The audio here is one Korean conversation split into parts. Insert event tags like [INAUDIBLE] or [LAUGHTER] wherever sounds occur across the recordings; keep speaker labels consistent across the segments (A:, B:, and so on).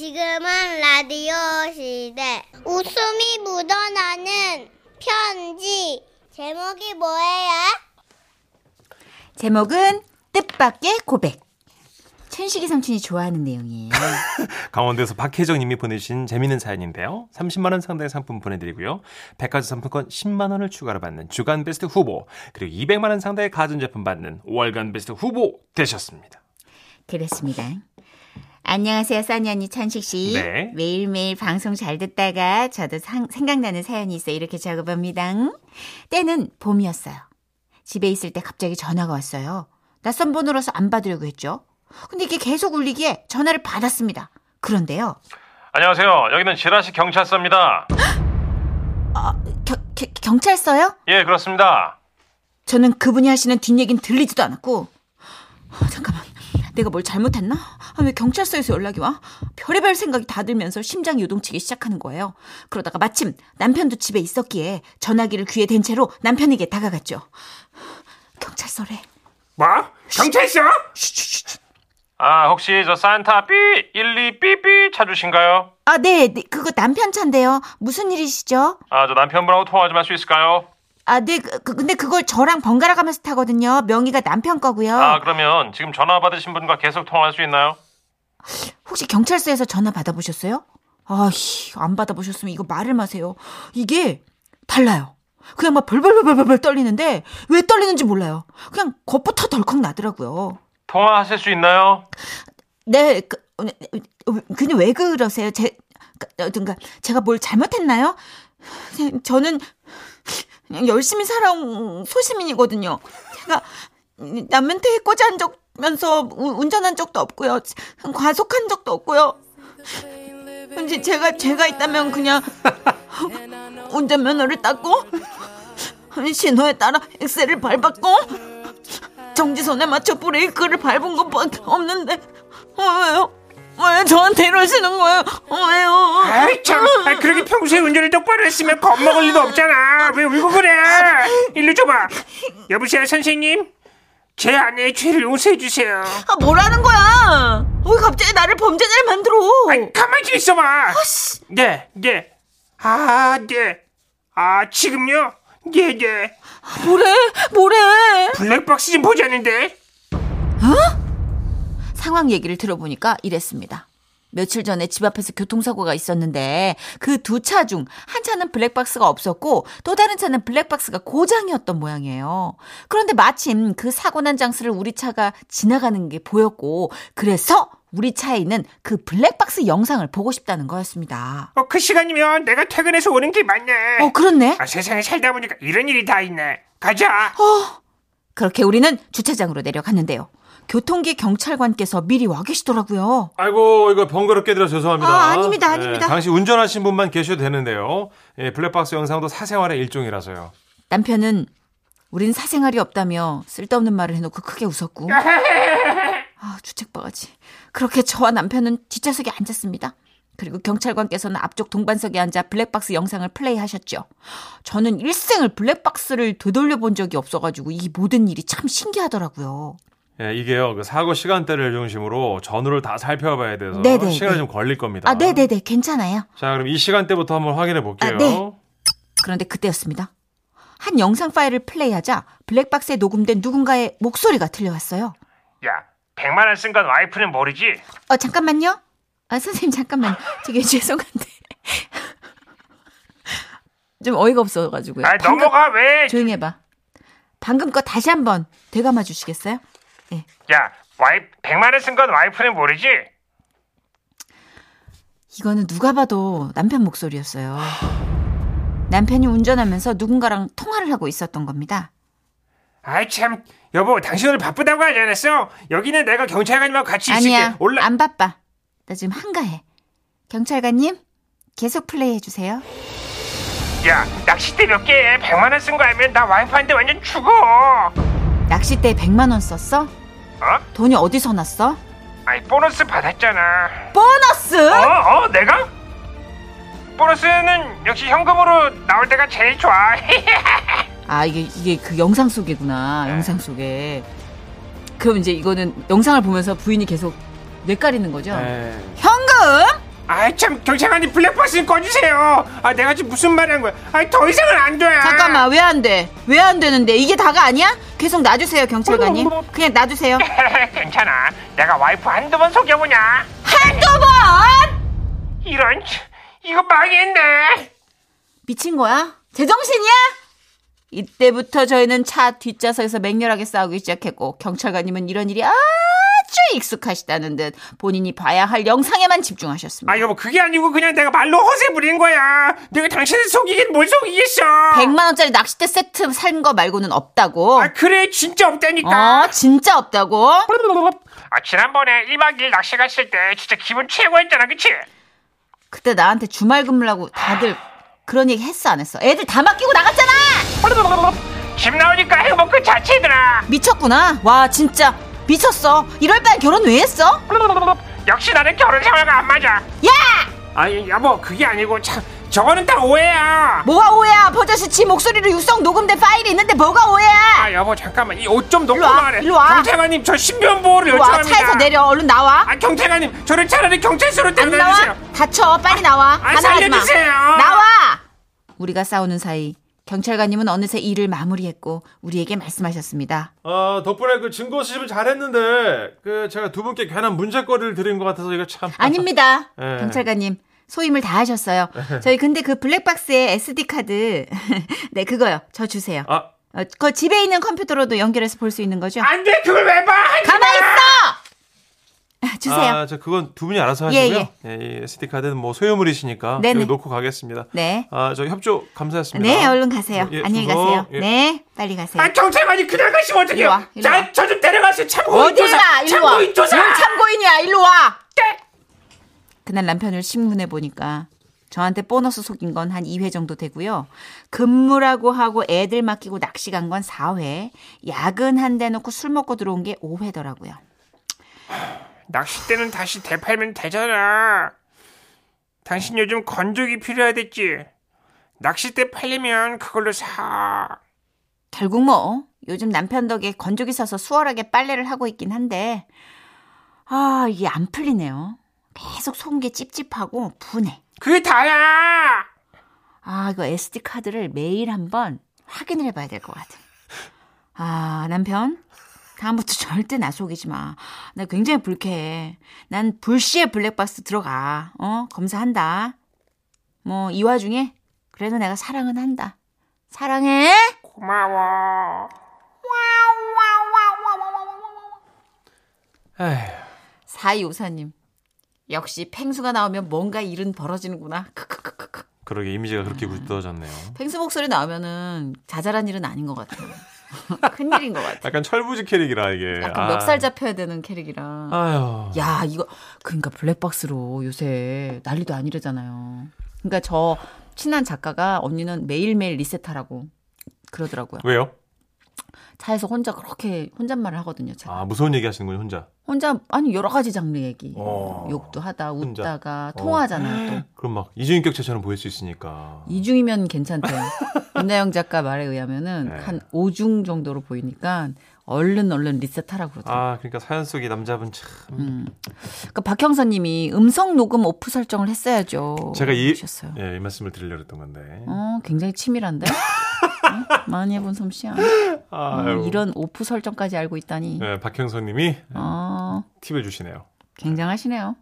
A: 지금은 라디오 시대. 웃음이 묻어나는 편지. 제목이 뭐예요?
B: 제목은 뜻밖의 고백. 천식이 삼촌이 좋아하는 내용이에요.
C: 강원도에서 박혜정님이 보내주신 재미있는 사연인데요. 30만 원 상당의 상품 보내드리고요. 백화점 상품권 10만 원을 추가로 받는 주간 베스트 후보 그리고 200만 원 상당의 가전제품 받는 월간 베스트 후보 되셨습니다.
B: 그렇습니다. 안녕하세요, 써니 언니 천식 씨.
C: 네.
B: 매일매일 방송 잘 듣다가 저도 상- 생각나는 사연이 있어 이렇게 적어봅니다. 응? 때는 봄이었어요. 집에 있을 때 갑자기 전화가 왔어요. 낯선 번호라서 안 받으려고 했죠. 근데 이게 계속 울리기에 전화를 받았습니다. 그런데요.
C: 안녕하세요. 여기는 지라시 경찰서입니다.
B: 겨- 겨- 경찰서요?
C: 예, 그렇습니다.
B: 저는 그분이 하시는 뒷얘기는 들리지도 않았고 아, 잠깐만 내가 뭘 잘못했나? 아, 왜 경찰서에서 연락이 와? 별의별 생각이 다 들면서 심장이 요동치기 시작하는 거예요. 그러다가 마침 남편도 집에 있었기에 전화기를 귀에 댄 채로 남편에게 다가갔죠. 경찰서래.
C: 뭐? 경찰서? 아, 혹시 저 산타 삐 12 삐삐 찾으신가요?
B: 아, 네, 네, 그거 남편 차인데요. 무슨 일이시죠?
C: 아, 저 남편분하고 통화 좀 할 수 있을까요?
B: 아, 네, 그, 그- 근데 그걸 저랑 번갈아 가면서 타거든요. 명의가 남편 거고요.
C: 아, 그러면 지금 전화 받으신 분과 계속 통화할 수 있나요?
B: 혹시 경찰서에서 전화 받아보셨어요? 아휴, 안 받아보셨으면 이거 말을 마세요. 이게 달라요. 그냥 막 벌벌벌벌벌 떨리는데 왜 떨리는지 몰라요. 그냥 겁부터 덜컥 나더라고요.
C: 통화하실 수 있나요?
B: 네, 그, 근데 왜 그러세요? 제, 어떤가 그러니까 제가 뭘 잘못했나요? 선생님, 저는 그냥 열심히 살아온 소시민이거든요. 제가 남한테 꼬지한 적면서 운전한 적도 없고요. 과속한 적도 없고요. 이제 제가 제가 있다면 그냥 운전면허를 땄고 신호에 따라 엑셀을 밟았고 정지선에 맞춰 브레이크를 밟은 것밖에 없는데 어, 왜요? 왜 저한테 이러시는 거예요? 어, 왜요?
D: 아이 참, 아, 그러게 평소에 운전을 똑바로 했으면 겁먹을 리도 없잖아. 왜 울고 그래? 일로 줘봐. 여보세요, 선생님. 제 아내의 죄를 용서해 주세요.
B: 아 뭐라는 거야? 왜 갑자기 나를 범죄자를 만들어?
D: 아니, 가만히 좀 있어봐. 네, 네. 아, 네. 아, 지금요? 네, 네.
B: 뭐래? 뭐래?
D: 블랙박스 좀 보자는데.
B: 상황 얘기를 들어보니까 이랬습니다. 며칠 전에 집 앞에서 교통사고가 있었는데 그 두 차 중 한 차는 블랙박스가 없었고 또 다른 차는 블랙박스가 고장이었던 모양이에요. 그런데 마침 그 사고 난 장소를 우리 차가 지나가는 게 보였고 그래서 우리 차에 있는 그 블랙박스 영상을 보고 싶다는 거였습니다.
D: 어, 그 시간이면 내가 퇴근해서 오는 게 맞네.
B: 어, 그렇네.
D: 아, 세상에 살다 보니까 이런 일이 다 있네. 가자.
B: 어. 그렇게 우리는 주차장으로 내려갔는데요. 교통기 경찰관께서 미리 와 계시더라고요.
C: 아이고 이거 번거롭게 들어 죄송합니다.
B: 아, 아닙니다,
C: 예,
B: 아닙니다.
C: 당시 운전하신 분만 계셔도 되는데요. 예, 블랙박스 영상도 사생활의 일종이라서요.
B: 남편은 우린 사생활이 없다며 쓸데없는 말을 해놓고 크게 웃었고 아 주책바가지 그렇게 저와 남편은 뒷좌석에 앉았습니다 그리고 경찰관께서는 앞쪽 동반석에 앉아 블랙박스 영상을 플레이하셨죠 저는 일생을 블랙박스를 되돌려 본 적이 없어가지고 이 모든 일이 참 신기하더라고요
C: 예, 이게요 그 사고 시간대를 중심으로 전후를 다 살펴봐야 돼서
B: 네네,
C: 시간이
B: 네.
C: 좀 걸릴 겁니다.
B: 아 네네네 괜찮아요
C: 자 그럼 이 시간대부터 한번 확인해 볼게요.
B: 아, 네. 그런데 그때였습니다 한 영상 파일을 플레이하자 블랙박스에 녹음된 누군가의 목소리가 들려왔어요
D: 야, 100만 원 쓴 건 와이프는 모르지?
B: 어 잠깐만요. 아 선생님 잠깐만. 저기 [LAUGHS] 죄송한데 좀 어이가 없어가지고요.
D: 아,
B: 네, 방금-
D: 넘어가 왜?
B: 조용히 해봐. 방금 거 다시 한번 되감아 주시겠어요?
D: 야, 와이프 100만 원 쓴 건 와이프는 모르지?
B: 이거는 누가 봐도 남편 목소리였어요. 남편이 운전하면서 누군가랑 통화를 하고 있었던 겁니다.
D: 아이 참, 여보, 당신 오늘 바쁘다고 하지 않았어? 여기는 내가 경찰관님하고 같이
B: 아니야,
D: 있을게. 올라.
B: 안 바빠. 나 지금 한가해. 경찰관님 계속 플레이해 주세요.
D: 야, 낚싯대 몇 개에 100만 원 쓴 거 알면 나 와이프한테 완전 죽어.
B: 낚싯대에 100만 원 썼어? 돈이 어디서 났어?
D: 아이 보너스 받았잖아.
B: 보너스!
D: 어, 어, 내가? 보너스는 역시 현금으로 나올 때가 제일 좋아. [LAUGHS]
B: 아 이게 이게 그 영상 속이구나
D: 네.
B: 영상 속에 그럼 이제 이거는 영상을 보면서 부인이 계속 뇌까리는 거죠
C: 네.
B: 현금
D: 아이 참 경찰관님 블랙박스 꺼주세요 아 내가 지금 무슨 말을 한 거야 아이 더 이상은 안돼
B: 잠깐만 왜 안 돼? 왜 안 되는데? 이게 다가 아니야? 계속 놔주세요 경찰관님.
D: 뭐-
B: 그냥 놔주세요.
D: [LAUGHS] 괜찮아 내가 와이프 한두 번 속여보냐
B: 한두 번
D: 이런 치, 이거 망했네
B: 미친 거야? 제정신이야? 이때부터 저희는 차 뒷좌석에서 맹렬하게 싸우기 시작했고 경찰관님은 이런 일이 아주 익숙하시다는 듯 본인이 봐야 할 영상에만 집중하셨습니다.
D: 아 여보 그게 아니고 그냥 내가 말로 허세 부린 거야 내가 당신을 속이긴 뭘 속이겠어
B: 100만 원짜리 낚싯대 세트 산 거 말고는 없다고.
D: 아 그래 진짜 없다니까
B: 어, 진짜 없다고?
D: 아 지난번에 1박 2일 낚시 갔을 때 진짜 기분 최고였잖아 그치?
B: 그때 나한테 주말 근무라고 다들 그런 얘기 했어 안 했어? 애들 다 맡기고 나갔잖아.
D: 집 나오니까 행복 그 자체더라
B: 미쳤구나. 와 진짜 미쳤어. 이럴 바엔 결혼 왜 했어?
D: 역시 나는 결혼 생활과 안 맞아
B: 야!
D: 아니 여보 그게 아니고 참 저거는 다 오해야
B: 뭐가 오해야? 버젓이 지 목소리로 육성 녹음된 파일이 있는데 뭐가 오해야?
D: 아 여보 잠깐만 이 옷 좀 놓고
B: 일로 와,
D: 말해
B: 일로 와.
D: 경찰관님 저 신변 보호를
B: 와
D: 요청합니다
B: 차에서 뭐 내려 얼른 나와.
D: 예, 아 경찰관님 저를 차라리 경찰서로
B: 안 나와?
D: 데려다주세요
B: 다쳐 빨리 나와.
D: 아,
B: 반항하지 마.
D: 살려주세요.
B: 나와. 우리가 싸우는 사이 경찰관님은 어느새 일을 마무리했고 우리에게 말씀하셨습니다.
C: 아, 덕분에 그 증거 수집을 잘했는데 그 제가 두 분께 괜한 문제거리를 드린 것 같아서 이거 참
B: 아닙니다.
C: 예.
B: 경찰관님. 소임을 다 하셨어요. 저희 근데 그 블랙박스에 SD 카드 [LAUGHS] 네 그거요. 저 주세요.
C: 아,
B: 어, 그 집에 있는 컴퓨터로도 연결해서 볼 수 있는 거죠?
D: 안돼 그걸 왜봐
B: 가만히 있어. 아, 주세요.
C: 아, 저 그건 두 분이 알아서
B: 예,
C: 하시고요. 예, 이 SD 카드는 뭐 소유물이시니까
B: 네네.
C: 이거 놓고 가겠습니다.
B: 네.
C: 아, 저 협조 감사했습니다.
B: 네, 얼른 가세요.
C: 예,
B: 안녕히
C: 주소.
B: 가세요.
C: 예.
B: 네, 빨리 가세요.
D: 아 경찰관님 그냥 가시면
B: 일로 와,
D: 어떡해요
B: 일로 와.
D: 자저 좀 데려가세요 참고인
B: 어딜
D: 조사
B: 가? 일로 와.
D: 참고인 조사
B: 뭔 참고인이야? 일로 와.
D: 네.
B: 그날 남편을 신문해 보니까 저한테 보너스 속인 건 한 2회 정도 되고요. 근무라고 하고 애들 맡기고 낚시 간 건 4회. 야근 한 대 놓고 술 먹고 들어온 게 5회더라고요.
D: 낚싯대는 다시 되팔면 되잖아. 당신 요즘 건조기 필요하댔지. 낚싯대 팔리면 그걸로 사.
B: 결국 뭐 요즘 남편 덕에 건조기 사서 수월하게 빨래를 하고 있긴 한데 아 이게 안 풀리네요. 계속 속은 게 찝찝하고 분해.
D: 그게 다야.
B: 아 이거 SD 카드를 매일 한번 확인을 해봐야 될 것 같아. 아 남편 다음부터 [LAUGHS] 절대 나 속이지 마. 나 굉장히 불쾌해. 난 불시에 블랙박스 들어가. 어 검사한다. 뭐 이 와중에 그래도 내가 사랑은 한다. 사랑해.
D: 고마워.
C: 에휴.
B: 사이오사님 역시 팽수가 나오면 뭔가 일은 벌어지는구나. 크크크크크.
C: 그러게 이미지가 그렇게 굳어졌네요.
B: 팽수 목소리 나오면은 자잘한 일은 아닌 것 같아요. [LAUGHS] 큰 일인 것 같아.
C: 약간 철부지 캐릭이라 이게. 아.
B: 약간 멱살 잡혀야 되는 캐릭이라.
C: 아유.
B: 야 이거 그러니까 블랙박스로 요새 난리도 아니래잖아요. 그러니까 저 친한 작가가 언니는 매일매일 리셋하라고 그러더라고요.
C: 왜요?
B: 차에서 혼자 그렇게 혼잣말을 하거든요. 제가.
C: 아, 무서운 얘기 하시는군요, 혼자.
B: 혼자 아니 여러 가지 장르 얘기.
C: 어.
B: 욕도 하다
C: 혼자.
B: 웃다가
C: 어.
B: 통화하잖아요. 또.
C: 그럼 막 이중인격체처럼 보일 수 있으니까.
B: 이중이면 괜찮대요. [LAUGHS] 윤나영 작가 말에 의하면은
C: 네.
B: 한 5중 정도로 보이니까 얼른 얼른 리셋하라고 그러더라고요.
C: 아, 그러니까 사연 속의 남자분 참.
B: 그러니까 박형선 님이 음성 녹음 오프 설정을 했어야죠.
C: 제가 이,
B: 하셨어요.
C: 예, 이 말씀을 드리려고 했던 건데.
B: 어, 굉장히
C: [LAUGHS]
B: 치밀한데? 어? 많이 해본 솜씨야. 어,
C: 아유.
B: 이런 오프 설정까지 알고 있다니.
C: 예, 박형선 님이
B: 어,
C: 팁을 주시네요.
B: 굉장하시네요.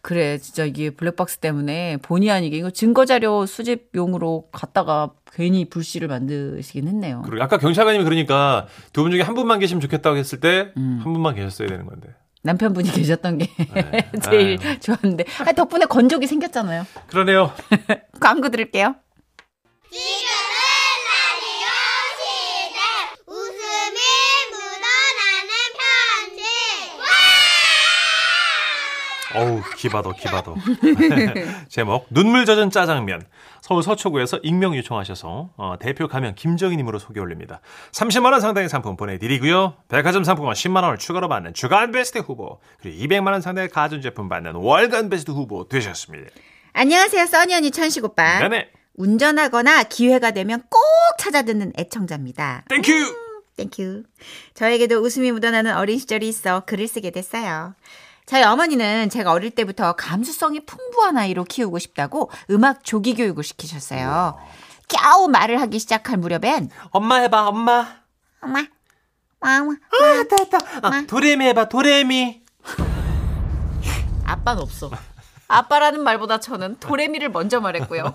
B: 그래, 진짜 이게 블랙박스 때문에 본의 아니게 이거 증거자료 수집용으로 갔다가 괜히 불씨를 만드시긴 했네요.
C: 그리고 아까 경찰관님이 그러니까 두 분 중에 한 분만 계시면 좋겠다고 했을 때 한
B: 음.
C: 분만 계셨어야 되는 건데. 네.
B: 남편분이 [LAUGHS] 계셨던 게 네. [LAUGHS] 제일 좋았는데 아, 덕분에 건조기 생겼잖아요.
C: 그러네요.
B: 광고 들을게요.
A: 지금은 라디오 시대 웃음이 묻어나는 편지
C: 어우, 기바도,
B: [LAUGHS]
C: 기바도. [LAUGHS] 제목, 눈물 젖은 짜장면. 서울 서초구에서 익명 요청하셔서 어, 대표 가명 김정희님으로 소개 올립니다. 30만원 상당의 상품 보내드리고요. 백화점 상품권 10만원을 추가로 받는 주간 베스트 후보, 그리고 200만원 상당의 가전제품 받는 월간 베스트 후보 되셨습니다.
B: 안녕하세요, 써니 언니 천식 오빠.
C: 네네.
B: 운전하거나 기회가 되면 꼭 찾아듣는 애청자입니다.
C: 땡큐!
B: 땡큐. 저에게도 웃음이 묻어나는 어린 시절이 있어 글을 쓰게 됐어요. 저희 어머니는 제가 어릴 때부터 감수성이 풍부한 아이로 키우고 싶다고 음악 조기 교육을 시키셨어요. 겨우 말을 하기 시작할 무렵엔
C: 엄마 해봐, 엄마.
A: 엄마. 와와.
C: 아, 됐다. 아, 도레미 해봐, 도레미.
B: 아빠는 없어. 아빠라는 말보다 저는 도레미를 먼저 말했고요.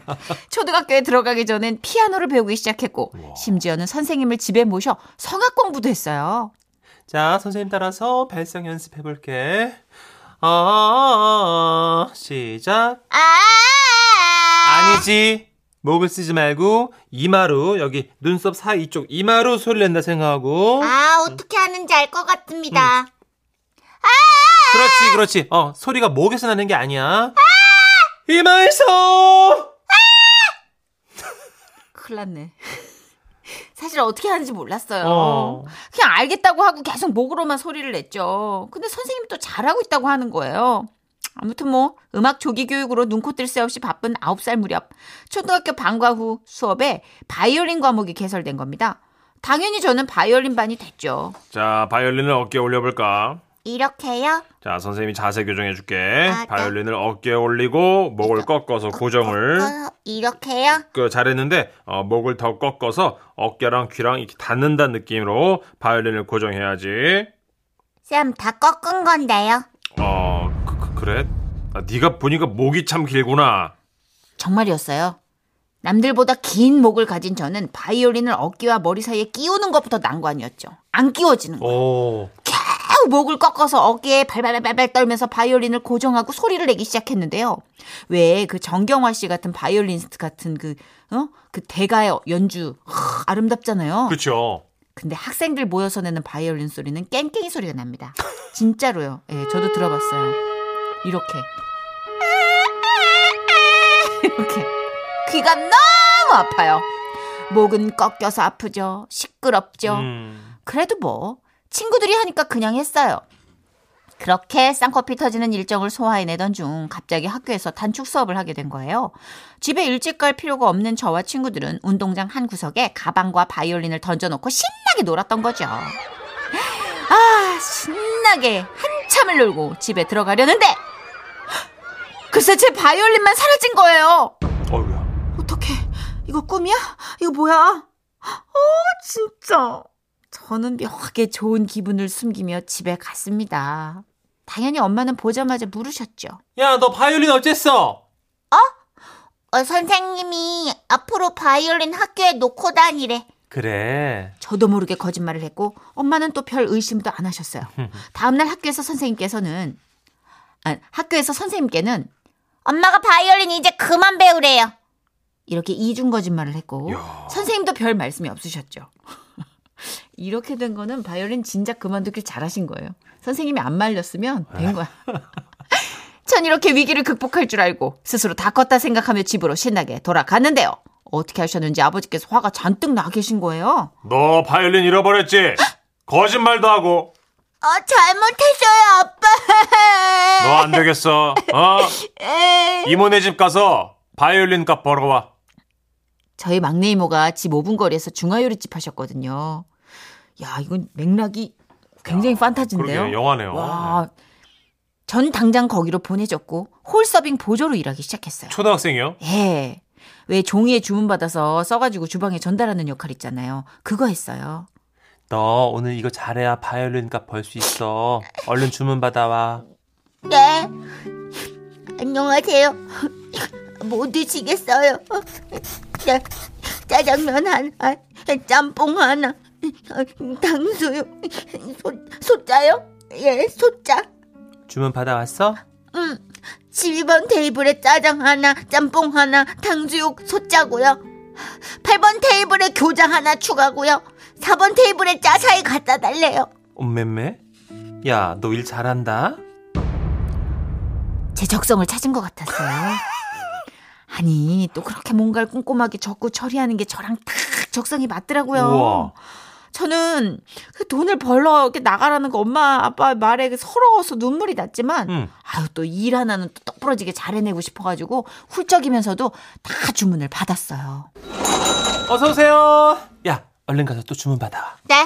B: 초등학교에 들어가기 전엔 피아노를 배우기 시작했고, 심지어는 선생님을 집에 모셔 성악 공부도 했어요.
C: 자, 선생님 따라서 발성 연습해볼게. 어, 어, 어, 시작.
A: 아!
C: 아니지. 목을 쓰지 말고 이마로 여기 눈썹 사이 이쪽 이마로 소리를 낸다 생각하고
A: 아, 어떻게 하는지 알 것 같습니다.
C: 그렇지 그렇지 어 소리가 목에서 나는 게 아니야 이마에서
B: 큰일 났네. [LAUGHS] 사실 어떻게 하는지 몰랐어요.
C: 어.
B: 그냥 알겠다고 하고 계속 목으로만 소리를 냈죠. 근데 선생님이 또 잘하고 있다고 하는 거예요. 아무튼 뭐 음악 조기 교육으로 눈코 뜰 새 없이 바쁜 9살 무렵 초등학교 방과 후 수업에 바이올린 과목이 개설된 겁니다. 당연히 저는 바이올린 반이 됐죠.
C: 자 바이올린을 어깨에 올려볼까
A: 이렇게요?
C: 자 선생님이 자세 교정해줄게
A: 아, 네.
C: 바이올린을 어깨에 올리고 목을 꺾어서 고정을
A: 어, 이렇게요?
C: 그 잘했는데 어, 목을 더 꺾어서 어깨랑 귀랑 이렇게 닿는다는 느낌으로 바이올린을 고정해야지
A: 쌤, 다 꺾은 건데요.
C: 어 그, 래 아, 네가 보니까 목이 참 길구나
B: 정말이었어요. 남들보다 긴 목을 가진 저는 바이올린을 어깨와 머리 사이에 끼우는 것부터 난관이었죠. 안 끼워지는 거.
C: 오
B: 겨우 목을 꺾어서 어깨에 발발발발 떨면서 바이올린을 고정하고 소리를 내기 시작했는데요. 왜 그 정경화 씨 같은 바이올리니스트 같은 그, 어? 그 대가의 연주. 하, 아름답잖아요.
C: 그쵸
B: 근데 학생들 모여서 내는 바이올린 소리는 깽깽이 소리가 납니다. 진짜로요. 예, 저도 들어봤어요. 이렇게. 이렇게. 귀가 너무 아파요. 목은 꺾여서 아프죠. 시끄럽죠.
C: 음.
B: 그래도 뭐 친구들이 하니까 그냥 했어요. 그렇게 쌍커피 터지는 일정을 소화해내던 중 갑자기 학교에서 단축 수업을 하게 된 거예요. 집에 일찍 갈 필요가 없는 저와 친구들은 운동장 한 구석에 가방과 바이올린을 던져놓고 신나게 놀았던 거죠. 아 신나게 한참을 놀고 집에 들어가려는데 [GASPS] 글쎄 제 바이올린만 사라진 거예요.
C: 어이구야
B: 어떡해. 이거 꿈이야? 이거 뭐야? 어, 진짜. 저는 묘하게 좋은 기분을 숨기며 집에 갔습니다. 당연히 엄마는 보자마자 물으셨죠.
C: 야, 너 바이올린 어쨌어?
A: 어, 선생님이 앞으로 바이올린 학교에 놓고 다니래.
C: 그래.
B: 저도 모르게 거짓말을 했고 엄마는 또 별 의심도 안 하셨어요. 다음날 학교에서 선생님께서는 아, 학교에서 선생님께는
A: 엄마가 바이올린 이제 그만 배우래요.
B: 이렇게 이중 거짓말을 했고
C: 야.
B: 선생님도 별 말씀이 없으셨죠. [LAUGHS] 이렇게 된 거는 바이올린 진작 그만두길 잘하신 거예요. 선생님이 안 말렸으면 된 거야. [LAUGHS] 전 이렇게 위기를 극복할 줄 알고 스스로 다 컸다 생각하며 집으로 신나게 돌아갔는데요. 어떻게 하셨는지 아버지께서 화가 잔뜩 나 계신 거예요.
C: 너 바이올린 잃어버렸지? 거짓말도 하고.
A: 어, 잘못했어요, 아빠.
C: 너 안 되겠어. 어?
A: 에,
C: 이모네 집 가서 바이올린 값 벌어와.
B: 저희 막내 이모가 집 5분 거리에서 중화요리집 하셨거든요. 야, 이건 맥락이 굉장히 판타지인데요.
C: 그러게, 영화네요.
B: 와, 전 당장 거기로 보내졌고 홀서빙 보조로 일하기 시작했어요.
C: 초등학생이요?
B: 예. 왜 종이에 주문받아서 써가지고 주방에 전달하는 역할 있잖아요. 그거 했어요.
C: 너 오늘 이거 잘해야 바이올린 값 벌 수 있어. 얼른 주문 받아와.
A: 네. 안녕하세요. 못 드시겠어요. 짜, 짜장면 하나, 짬뽕 하나, 당수육, 소, 소짜요? 예, 소짜.
C: 주문 받아왔어?
A: 12번 테이블에 짜장 하나, 짬뽕 하나, 탕수육 소짜고요. 8번 테이블에 교자 하나 추가고요. 4번 테이블에 짜사이 갖다 달래요.
C: 엄매매? 야, 너 일 잘한다?
B: 제 적성을 찾은 것 같았어요. 아니 또 그렇게 뭔가를 꼼꼼하게 적고 처리하는 게 저랑 딱 적성이 맞더라고요.
C: 우와.
B: 저는 그 돈을 벌러 이렇게 나가라는 거 엄마 아빠 말에 그 서러워서 눈물이 났지만
C: 응.
B: 아유 또 일 하나는 또 똑부러지게 잘해내고 싶어가지고 훌쩍이면서도 다 주문을 받았어요.
C: 어서오세요. 야, 얼른 가서 또 주문 받아와.
A: 네.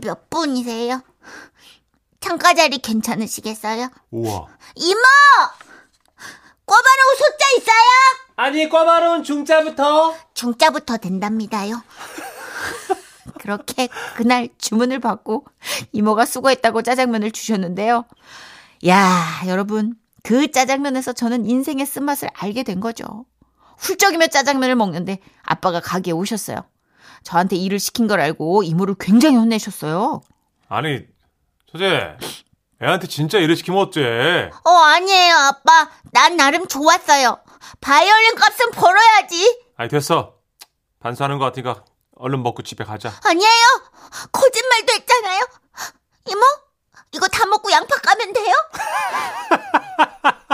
A: 몇 분이세요? 창가 자리 괜찮으시겠어요?
C: 우와.
A: 이모! 꼬바로우 소자 있어요?
C: 아니 꽈바로운 중자부터
A: 중자부터 된답니다요. 그렇게 그날
B: 주문을 받고 이모가 수고했다고 짜장면을 주셨는데요. 야, 여러분. 그 짜장면에서 저는 인생의 쓴맛을 알게 된 거죠. 훌쩍이며 짜장면을 먹는데 아빠가 가게에 오셨어요. 저한테 일을 시킨 걸 알고 이모를 굉장히 혼내셨어요.
C: 아니 소재 애한테 진짜 일을 시키면 어째
A: 어, 아니에요, 아빠. 난 나름 좋았어요. 바이올린 값은 벌어야지.
C: 아니 됐어 반수하는 것 같으니까 얼른 먹고 집에 가자
A: 아니에요. 거짓말도 했잖아요. 이모, 이거 다 먹고 양파 까면 돼요?
B: [LAUGHS]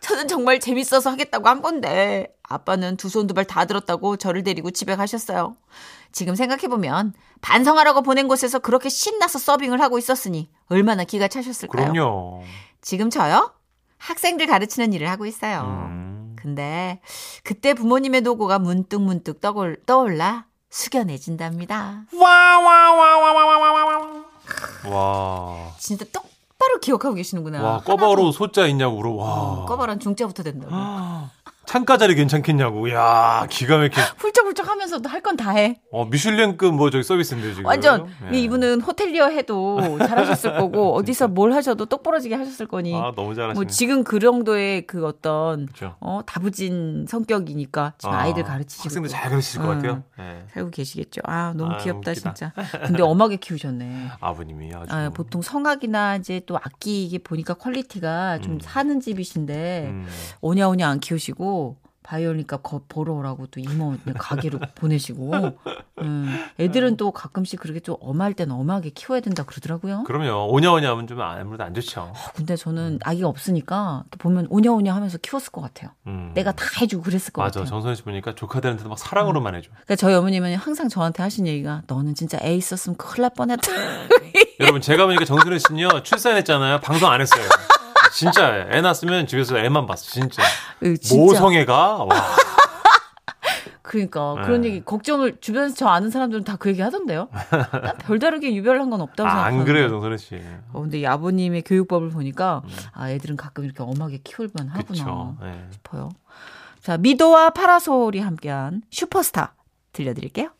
B: 저는 정말 재밌어서 하겠다고 한 건데 아빠는 두 손 두 발 다 들었다고 저를 데리고 집에 가셨어요. 지금 생각해보면 반성하라고 보낸 곳에서 그렇게 신나서 서빙을 하고 있었으니 얼마나 기가 차셨을까요?
C: 그럼요
B: 지금 저요? 학생들 가르치는 일을 하고 있어요.
C: 음.
B: 근데 그때 부모님의 노고가 문득문득 떠올, 떠올라 숙연해진답니다.
D: 와와와와와와와와
C: 와.
B: 진짜 똑바로 기억하고 계시는구나.
C: 와 꽈바로 소자 있냐고 물어 와
B: 란 중자부터 된다고.
C: 아. 창가 자리 괜찮겠냐고 야 기가 막혀
B: 훌쩍훌쩍 하면서도 할 건 다 해.
C: 어 미슐랭급 뭐 저기 서비스인데 지금
B: 완전
C: 예.
B: 이분은 호텔리어 해도
C: [LAUGHS]
B: 잘하셨을 거고 어디서 뭘 하셔도 똑부러지게 하셨을 거니
C: 아 너무 잘하시네
B: 뭐 지금 그 정도의 그 어떤
C: 그렇죠.
B: 어 다부진 성격이니까 지금
C: 아,
B: 아, 이들 가르치시고
C: 학생들
B: 또
C: 잘 가르치실 것
B: 음.
C: 같아요 예.
B: 살고 계시겠죠. 아 너무
C: 아유,
B: 귀엽다
C: 웃기다.
B: 진짜. 근데 엄하게 키우셨네.
C: 아버님이 아주
B: 아, 보통 성악이나 이제 또 악기 이게 보니까 퀄리티가 좀
C: 음.
B: 사는 집이신데
C: 음.
B: 오냐오냐 안 키우시고 바이올린값 거- 벌어오라고 또 이모 그냥 가게로 [LAUGHS] 보내시고 음, 애들은 또 가끔씩 그렇게 좀 엄할 땐 엄하게 키워야 된다 그러더라고요.
C: 그럼요 음. 오냐오냐 하면 좀 아무래도 안 좋죠
B: 근데 저는 아기가 없으니까 이렇게 보면 오냐오냐 하면서 키웠을 것 같아요.
C: 음.
B: 내가 다 해주고 그랬을 것
C: 맞아
B: 같아요.
C: 정선희 씨 보니까 조카들한테도 막 사랑으로만 해줘
B: 그러니까 저희 어머님은 항상 저한테 하신 얘기가 너는 진짜 애 있었으면 큰일 날 뻔했다.
C: 여러분 제가 보니까 정선희 씨는요 출산했잖아요 방송 안 했어요 진짜 애 낳았으면 집에서 애만 봤어 진짜,
B: [LAUGHS] 진짜.
C: 모성애가 와
B: 그러니까
C: 네.
B: 그런 얘기 걱정을 주변에서 저 아는 사람들은 다 그 얘기 하던데요. 난 별다르게 유별난 건 없다고
C: 아,
B: 생각하는데.
C: 안 그래요 정선희 씨
B: 어, 근데 이 아버님의 교육법을 보니까 아 애들은 가끔 이렇게 엄하게 키울만 하구나
C: 음. 그쵸 예.
B: 싶어요. 자 미도와 파라솔이 함께한 슈퍼스타 들려드릴게요.